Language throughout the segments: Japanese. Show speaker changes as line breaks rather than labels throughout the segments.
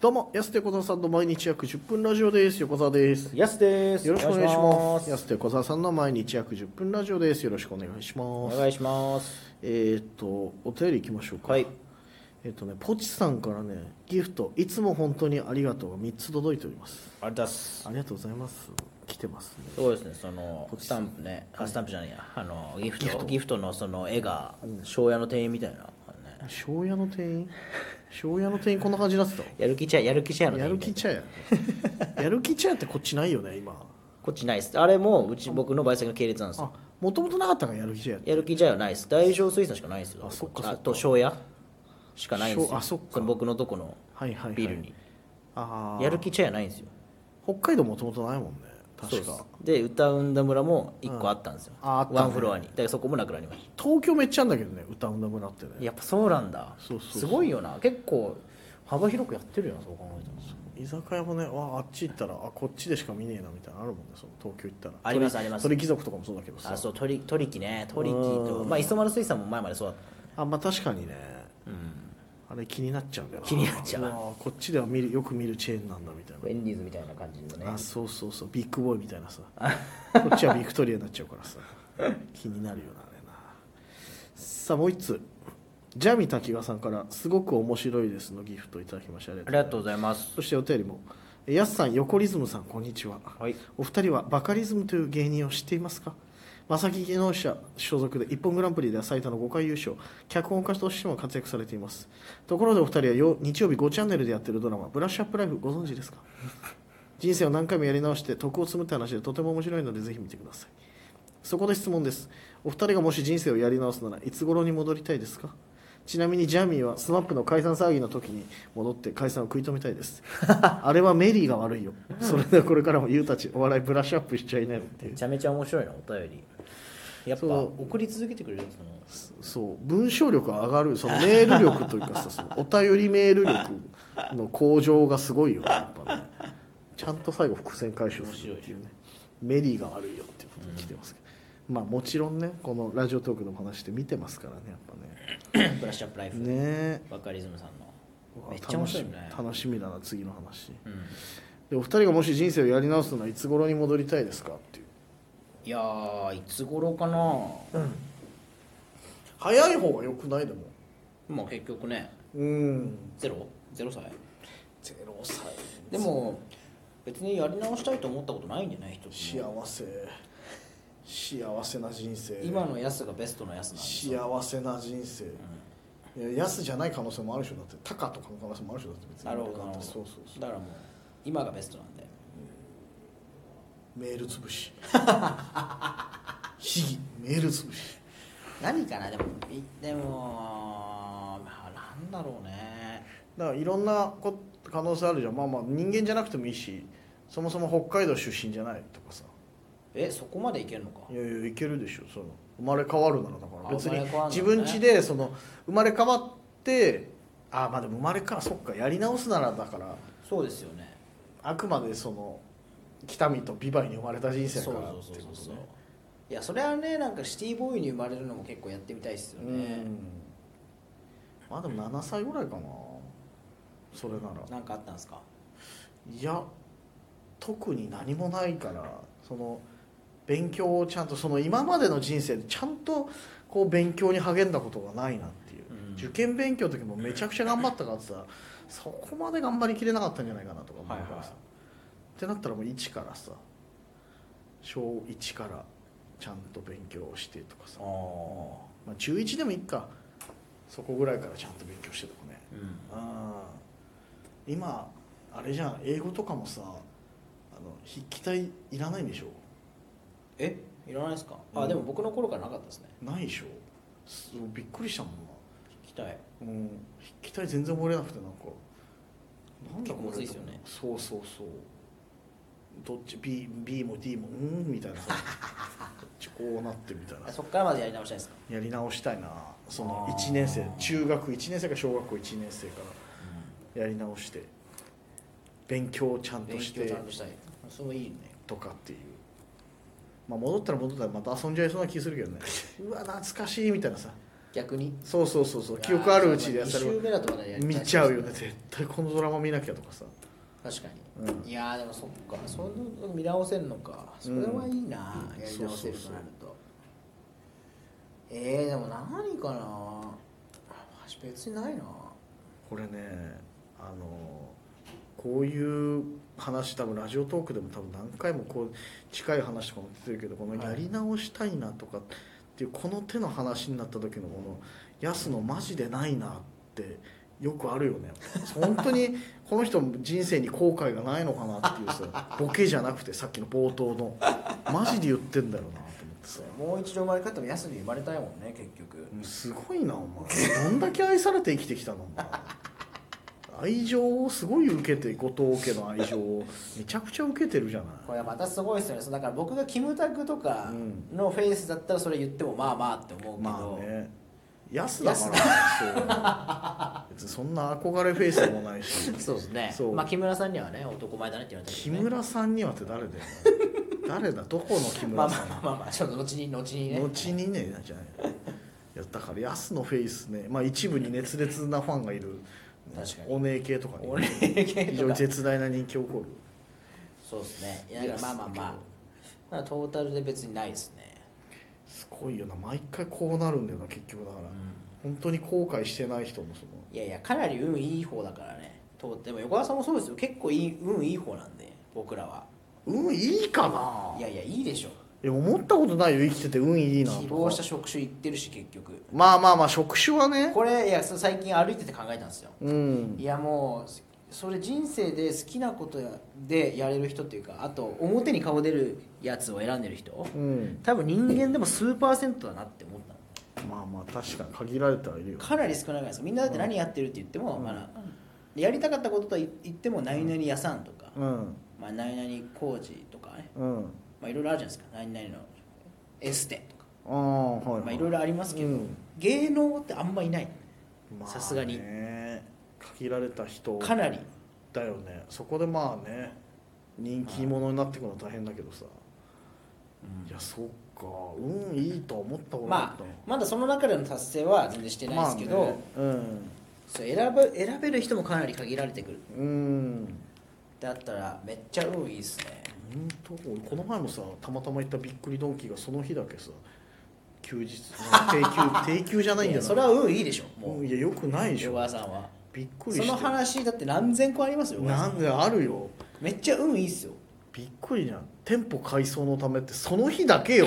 どうも、安手小沢さんの毎日約10分ラジオです。横澤です。
やすです
よろしくお願いします。安
す
手小沢さんの毎日約10分ラジオです。よろしくお願いし
お
ます。
願いします
えーっと、お便り行きましょうか。
はい
えーっとね、ポチさんからね、ギフト、いつも本当にありがとうが3つ届いております。
あれだす
ありがとうございます。来てますね。
そうですねそのスタンプねあスタンプじゃないやあのギフトギフトのその絵が庄屋の店員みたいなのね
庄屋の店 員庄屋の店員こんな感じになって
やる気ちゃやる気ちゃや
た
の
やる
店
気
員
茶屋。やる気茶屋ってこっちないよね、今。
こっちないっすあれもうち僕の焙煎の系列なんです
あ
よ、
もともとなかったからやる気茶屋って。
やる気ちゃやないっす大正水産しかないっすよ
あそっかそっか
あと庄屋しかないんですよ
庄あそっか
の僕のとこの
はいはいはい。
ビルに
ああ。
やる気ちゃやないんですよ
北海道もともとないもんね確
そうっす
か
で歌うんだ村も1個あったんですよ、
うんああったね
ワンフロアにだからそこもなくなりました
東京めっちゃあんだけどね歌うんだ村ってね
やっぱそうなんだ
そうそうそう
すごいよな結構幅広くやってるよなそう考えたら
居酒屋もねわああっち行ったらあこっちでしか見ねえなみたいなのあるもんねその東京行ったら
あります
鳥
あります
鳥貴族とかもそうだけどさ
あそう鳥鳥木ね鳥木
う
と
ん
まあ磯丸水産も前までそうだっ
あまあ確かにね
たうん
あれ気になっちゃうんだよな
気になっちゃう
わあこっちでは見るよく見るチェーンなんだみたい
ウェンディーズみたいな感じのね
なあそうそうそうビッグボーイみたいなさこっちはビクトリアになっちゃうからさ気になるよなあれなさあもう一つジャミタキガさんから「すごく面白いです」のギフトいただきましてありが
あ
とうございます
りがとうございます
そしてお便りも、えやすさん、横リズムさん、こんにちは。
はい
お二人はバカリズムという芸人を知っていますかまさき芸能者所属で一本グランプリでは最多の5回優勝脚本家としても活躍されていますところでお二人はよ日曜日5チャンネルでやってるドラマ「ブラッシュアップライフ」ご存知ですか人生を何回もやり直して徳を積むって話でとても面白いのでぜひ見てくださいそこで質問ですお二人がもし人生をやり直すならいつ頃に戻りたいですかちなみにジャミーは SMAP の解散騒ぎの時に戻って解散を食い止めたいです あれはメリーが悪いよそれではこれからもユウたちお笑いブラッシュアップしちゃいなよってい
め
う
ちゃめちゃ面白いなお便りやっぱ
そう
送り続けてくれるそ の
そう文章力が上がるそのメール力というかさ そのお便りメール力の向上がすごいよねやっぱねちゃんと最後伏線回収するっていうねメリーが悪いよっていうことに来てますけど、まあもちろんねこのラジオトークのお話って見てますからねやっぱね
ブラッシュアップライフ、
ねえ
バカリズムさんの
うわ
めっちゃ面白いね
楽し楽しみだな次の話
うん
でお二人がもし人生をやり直すのはいつ頃に戻りたいですかっていう
いやーいつ頃かな、
早い方がよくないでも
まあ結局ね
うん
ゼロゼロ歳
0歳
でも別にやり直したいと思ったことないんじゃない人
幸せ幸せな人生
今のやつがベストのやつなんですよ
幸せな人生、いや安じゃない可能性もあるでしょだって高とかの可能性もあるでしょだって別に
なるほどなるほど
そうそうそう
だからもう今がベストなんで
メール潰 しひぎメール潰し
何かなでもいでもまあなんだろうね
だからいろんなこ可能性あるじゃんまあまあ人間じゃなくてもいいしそもそも北海道出身じゃないとかさ
えそこまでいけるのか
いやいやいけるでしょその生まれ変わるならだか
あ
ら別に
生まれ変わる
自
んだね
分家でその生まれ変わってあまあでも生まれからそっかやり直すならだから
そうですよね
あくまでその北見と美唄に生まれた人生
そ
だ
うそう
から
そう
って
そ
こ
う
と
そう
ね
いやそれはねなんかシティボーイに生まれるのも結構やってみたいですよね
うんまあでも7歳ぐらいかなそれなら
なんかあったんですか
いや特に何もないからその勉強をちゃんとその今までの人生でちゃんとこう勉強に励んだことがないなっていう、
うん
受験勉強の時もめちゃくちゃ頑張ったからさそこまで頑張りきれなかったんじゃないかなとか思うからさ、
はいはい
ってなったらもう一からさ小1からちゃんと勉強をしてとかさ
ああ
まあ、中1でもいいかそこぐらいからちゃんと勉強してとかね
うん
うん今あれじゃん英語とかもさあの筆記体いらないんでしょ
えいらないですかあ、
うん
でも僕の頃からなかったですね
ないでしょそうびっくりしたもん
聞きたい
な、うん、筆記体全然覚えれなくてなんかなんだ
結構
こ
むず
れ
いっすよね
そうそうそうどっち B, B も D もうんみたいなさ こっちこうなってみたいな
あそっからまでやり直したいですか
やり直したいなその
あー
1年生中学1年生か小学校1年生からやり直して勉強をちゃんと
勉
し
強ち
て
ゃんとしたいそれいいね
とかっていう まあ戻ったら戻ったらまた遊んじゃいそうな気するけどねうわ懐かしいみたいなさ
逆に
そうそうそうそう記憶あるうちで
や
それ
週
を
目だとまだやりたい
見ちゃうよね絶対このドラマ見なきゃとかさ
確かに、
う
いやーでもそっかそんなの見直せるのかそれはいいな、
うん
やり直せるとなるとえー、でも何かなあ別にないな
これねあのこういう話多分ラジオトークでも多分何回もこう近い話とかも出てるけどこの
はい
やり直したいなとかっていうこの手の話になった時のこの「やすのマジでないな」ってよくあるよね本当 にこの人人生に後悔がないのかなっていうさボケじゃなくてさっきの冒頭のマジで言ってんだよなと思ってさ
もう一度生まれ変わっても安に生まれたいもんね結局
すごいなお前どんだけ愛されて生きてきたのお前愛情をすごい受けて後藤家の愛情をめちゃくちゃ受けてるじゃ
こ
な
れはまたすごいですよねそうだから僕がキムタクとかのフェイスだったらそれ言ってもまあまあって思う
い
けど、
まあね安だからそう別にそんな憧れフェイスでもないし
そうですね
そう
まあ木村さんにはね男前だねって言われた
木
けどね
村さんにはって誰だよ誰だどこの木
ま
村
あま
さ
あ
ん
まあまあまあちょっと後に後にね
後にねじゃないいやだから安のフェイスねまあ一部に熱烈なファンがいる、
確かに
お姉系とかに
俺
非
系と
常
か
に絶大な人気を誇る
そうですねいや
いや
まあまあまあまあトータルで別にないですね
すごいよな毎回こうなるんだよな結局だから、本当に後悔してない人もその
いやいやかなり運いい方だからねとでも横川さんもそうですよ結構いい運いい方なんで僕らは
運いいかない
やいやいいでしょ
いや思ったことないよ生きてて運いいな
希望
と
した
か
職種行ってるし結局
まあまあまあ職種はね
これいやそう最近歩いてて考えたんですよ
うん
いやもうそそれ人生で好きなことやでやれる人っていうかあと表に顔出るやつを選んでる人
うん
多分人間でも数パーセントだなって思ったの
まあまあ確かに限られてはいるよ
かなり少ないですみんなだって何やってるって言っても、まあ、やりたかったこととは言っても何々屋さんとか、
うん
まあ、何々工事とかね、
うん
まあ、いろいろあるじゃないですか何々のエステとか、
ああはい、
まあ、いろいろありますけど、
うん
芸能ってあんまいない
まあね
さすがに
限られた人
かなり
だよねそこでまあね人気者になってくの大変だけどさ、いやそっか運いいとは思ったことなか
ま
っ
あ
たな
まだその中での達成は全然してないですけど、
まあね、
そう選ぶ選べる人もかなり限られてくる
うんうん
だったらめっちゃ運いいですね
本当俺この前もさたまたま行ったびっくりドンキーがその日だけさ休日定休 定休じゃないんだ
や
よ
それは運いいでしょ
も
もう
ういやよくないでし
横
ょ
川さんは
びっくりし
そ
て
の話だって何千個ありますよ横川さ
なんんであるよ
めっちゃ運いいっすよ
びっくりじゃん店舗改装のためってその日だけ よ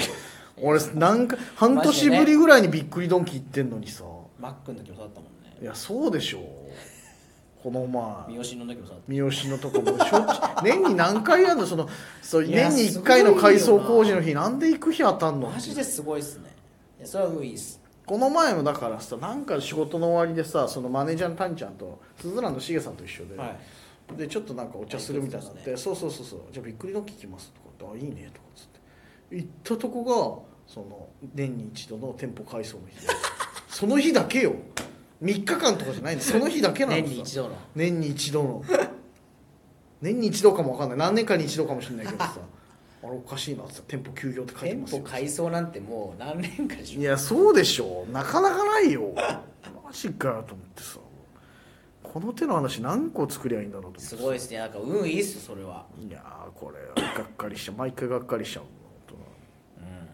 俺なんか半年ぶりぐらいにびっくりドンキー行ってんのにさ
マックの時もそうだったもんね
いやそうでしょこの前
三好の時もそうだっ
三好のとこもしょっちゅう 年に何回やんのそのそう
いや
年に1回の改
すご
装
いよ
工事の
な
日なんで行く日当たん
た
の
マジですごいっすねいやそれは運いいっす
この前もだからさなんか仕事の終わりでさそのマネージャーの谷ちゃんと鈴蘭のしげさんと一緒で、
はい
でちょっとなんかお茶するみたいになっ
あ
て、そうそうそうそうじゃあびっくりドンキー行きますとかってあいいねとかっつって行ったとこがその年に一度の店舗改装の 日でその日だけよ3日間とかじゃないんだその日だけなのさ
年に一度の
年に一度の年に一度かもわかんない何年かに一度かもしれないけど さあれおかしいなってさ店舗休業って書いて
店
ます
舗
よ
改装なんてもう何年かでしょ
いやそうでしょなかなかないよマジかよと思ってさこの手の話何個作りゃいいんだろうと思って
すごいっすねなんか運いいっすよそれはい
やーこれがっかりしちゃう毎回がっかりしちゃうの本当なって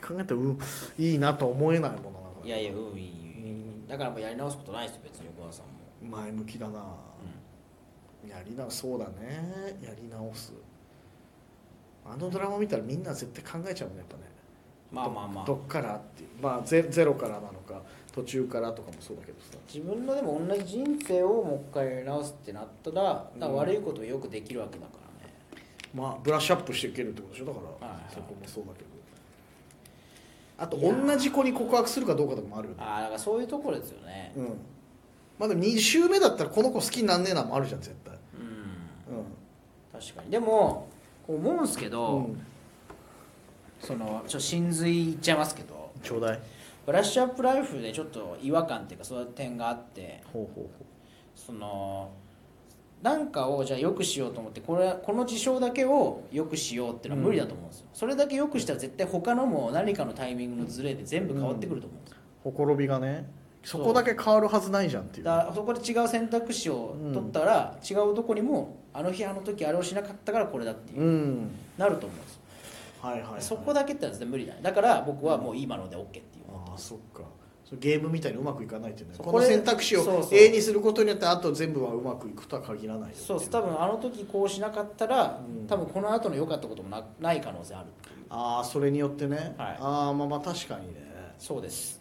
考えたらうんいいなとは思えないものだから
いやいや運いいだからもうやり直すことないっすよ別に横川さんも
前向きだな、やり直そうだねやり直すあのドラマ見たらみんな絶対考えちゃうもんねやっぱね
まあまあまあ
どっからっていうまあゼゼロからなのか途中からとかもそうだけどさ
自分のでも同じ人生をもう一回やり直すってなったらだから悪いことをよくできるわけだからね、
まあブラッシュアップしていけるってことでしょだから、
はいはい
そこもそうだけどあと同じ子に告白するかどうかとかもあるよね
ああだからそういうところですよね
うんまあでも2周目だったらこの子好きになんねえなもあるじゃん絶対
うん、
う
確かにでもこう思うんすけど、
ん、うん、
そのちょっと真髄いっちゃいますけど
ちょうだい
ブラッシュアップライフでちょっと違和感っていうかそういう点があって
ほうほ
そのなんかをじゃあ良くしようと思ってこれこの事象だけを良くしようっていうのは無理だと思うんですよ、それだけ良くしたら絶対他のも何かのタイミングのズレで全部変わってくると思うんですよ、
うほころびがねそ
そう
こだけ変わるはずないじゃんっていう
だからそこで違う選択肢を取ったら、違うとこにもあの日あの時あれをしなかったからこれだっていう、
うん
なると思うんですよ、
はいはい、はい、
そこだけってのは全然無理だねだから僕はもう今ので OK っていう、
ああそっかそうゲームみたいにうまくいかないっていうね
そう
この
これ
選択肢
そ
を
うそう
A にすることによってあと全部はうまくいくとは限らないよってい
そうです多分あの時こうしなかったら、
うん
多分この後の良かったこともなない可能性あるっていう
ああそれによってね、
はい
ああまあまあ確かにね
そうです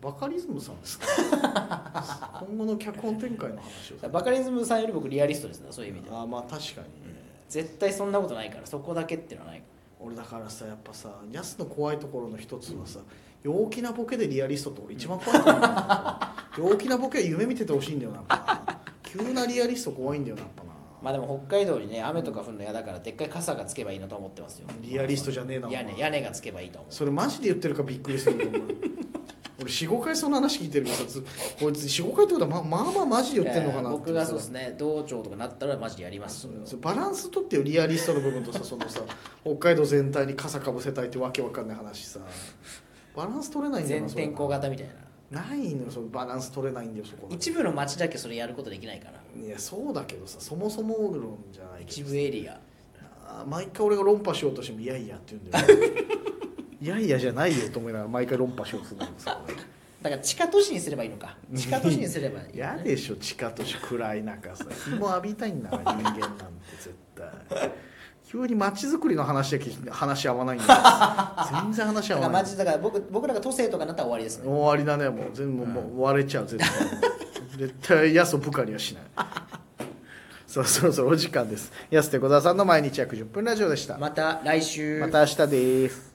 うんバカリズムさん ですか今後の脚本展開の話を
バカリズムさんより僕リアリストですねそういう意味では
ああまあ確かにね、
絶対そんなことないからそこだけっていうのはない
俺だからさやっぱさヤスの怖いところの一つはさ陽気なボケでリアリストって俺一番怖いと思うんだ よ陽気なボケは夢見ててほしいんだよなやっぱ急なリアリスト怖いんだよなやっぱな、
まあでも北海道にね雨とか降るの嫌だからでっかい傘がつけばいいなと思ってますよ
リアリストじゃねえなお前
屋根屋根がつけばいいと思う
それマジで言ってるかびっくりすると思う 俺45回その話聞いてるけどずこいつ45回ってことはままあまあマジで言ってるのかな
え
って
ー僕がそうですね道長とかなったらマジでやります
そ
よ
うそうバランス取ってよリアリストの部分とさそのさ北海道全体に傘かぶせたいってわけわかんない話さバランス取れないんだよ
全
なそれ
天候型みたいな
ないのよそのバランス取れないんだよそこ
一部の町だけそれやることできないから
いやそうだけどさそもそも論じゃないけ
一
ど
部エリア
あー毎回俺が論破しようとしても「いやいや」って言うんだよ いやいやじゃないよと思いながら毎回論破しようとするんだけどさ俺
だから地下都市にすればいいのか地下都市にすればいいよね、
嫌でしょ地下都市暗い中 さ日も浴びたいんだから人間なんて絶対急に街づくりの話だけ話合わないんだ よ全然話合
だか
わ
ら
ない
マジだから僕僕らが都政とかになったら終わりですね
終わりだねもう全部もう割れちゃう絶対絶対やすを部下にはし ないさあそろそろお時間ですやすて小沢さんの毎日約10分ラジオでしたま
また来週
た明日です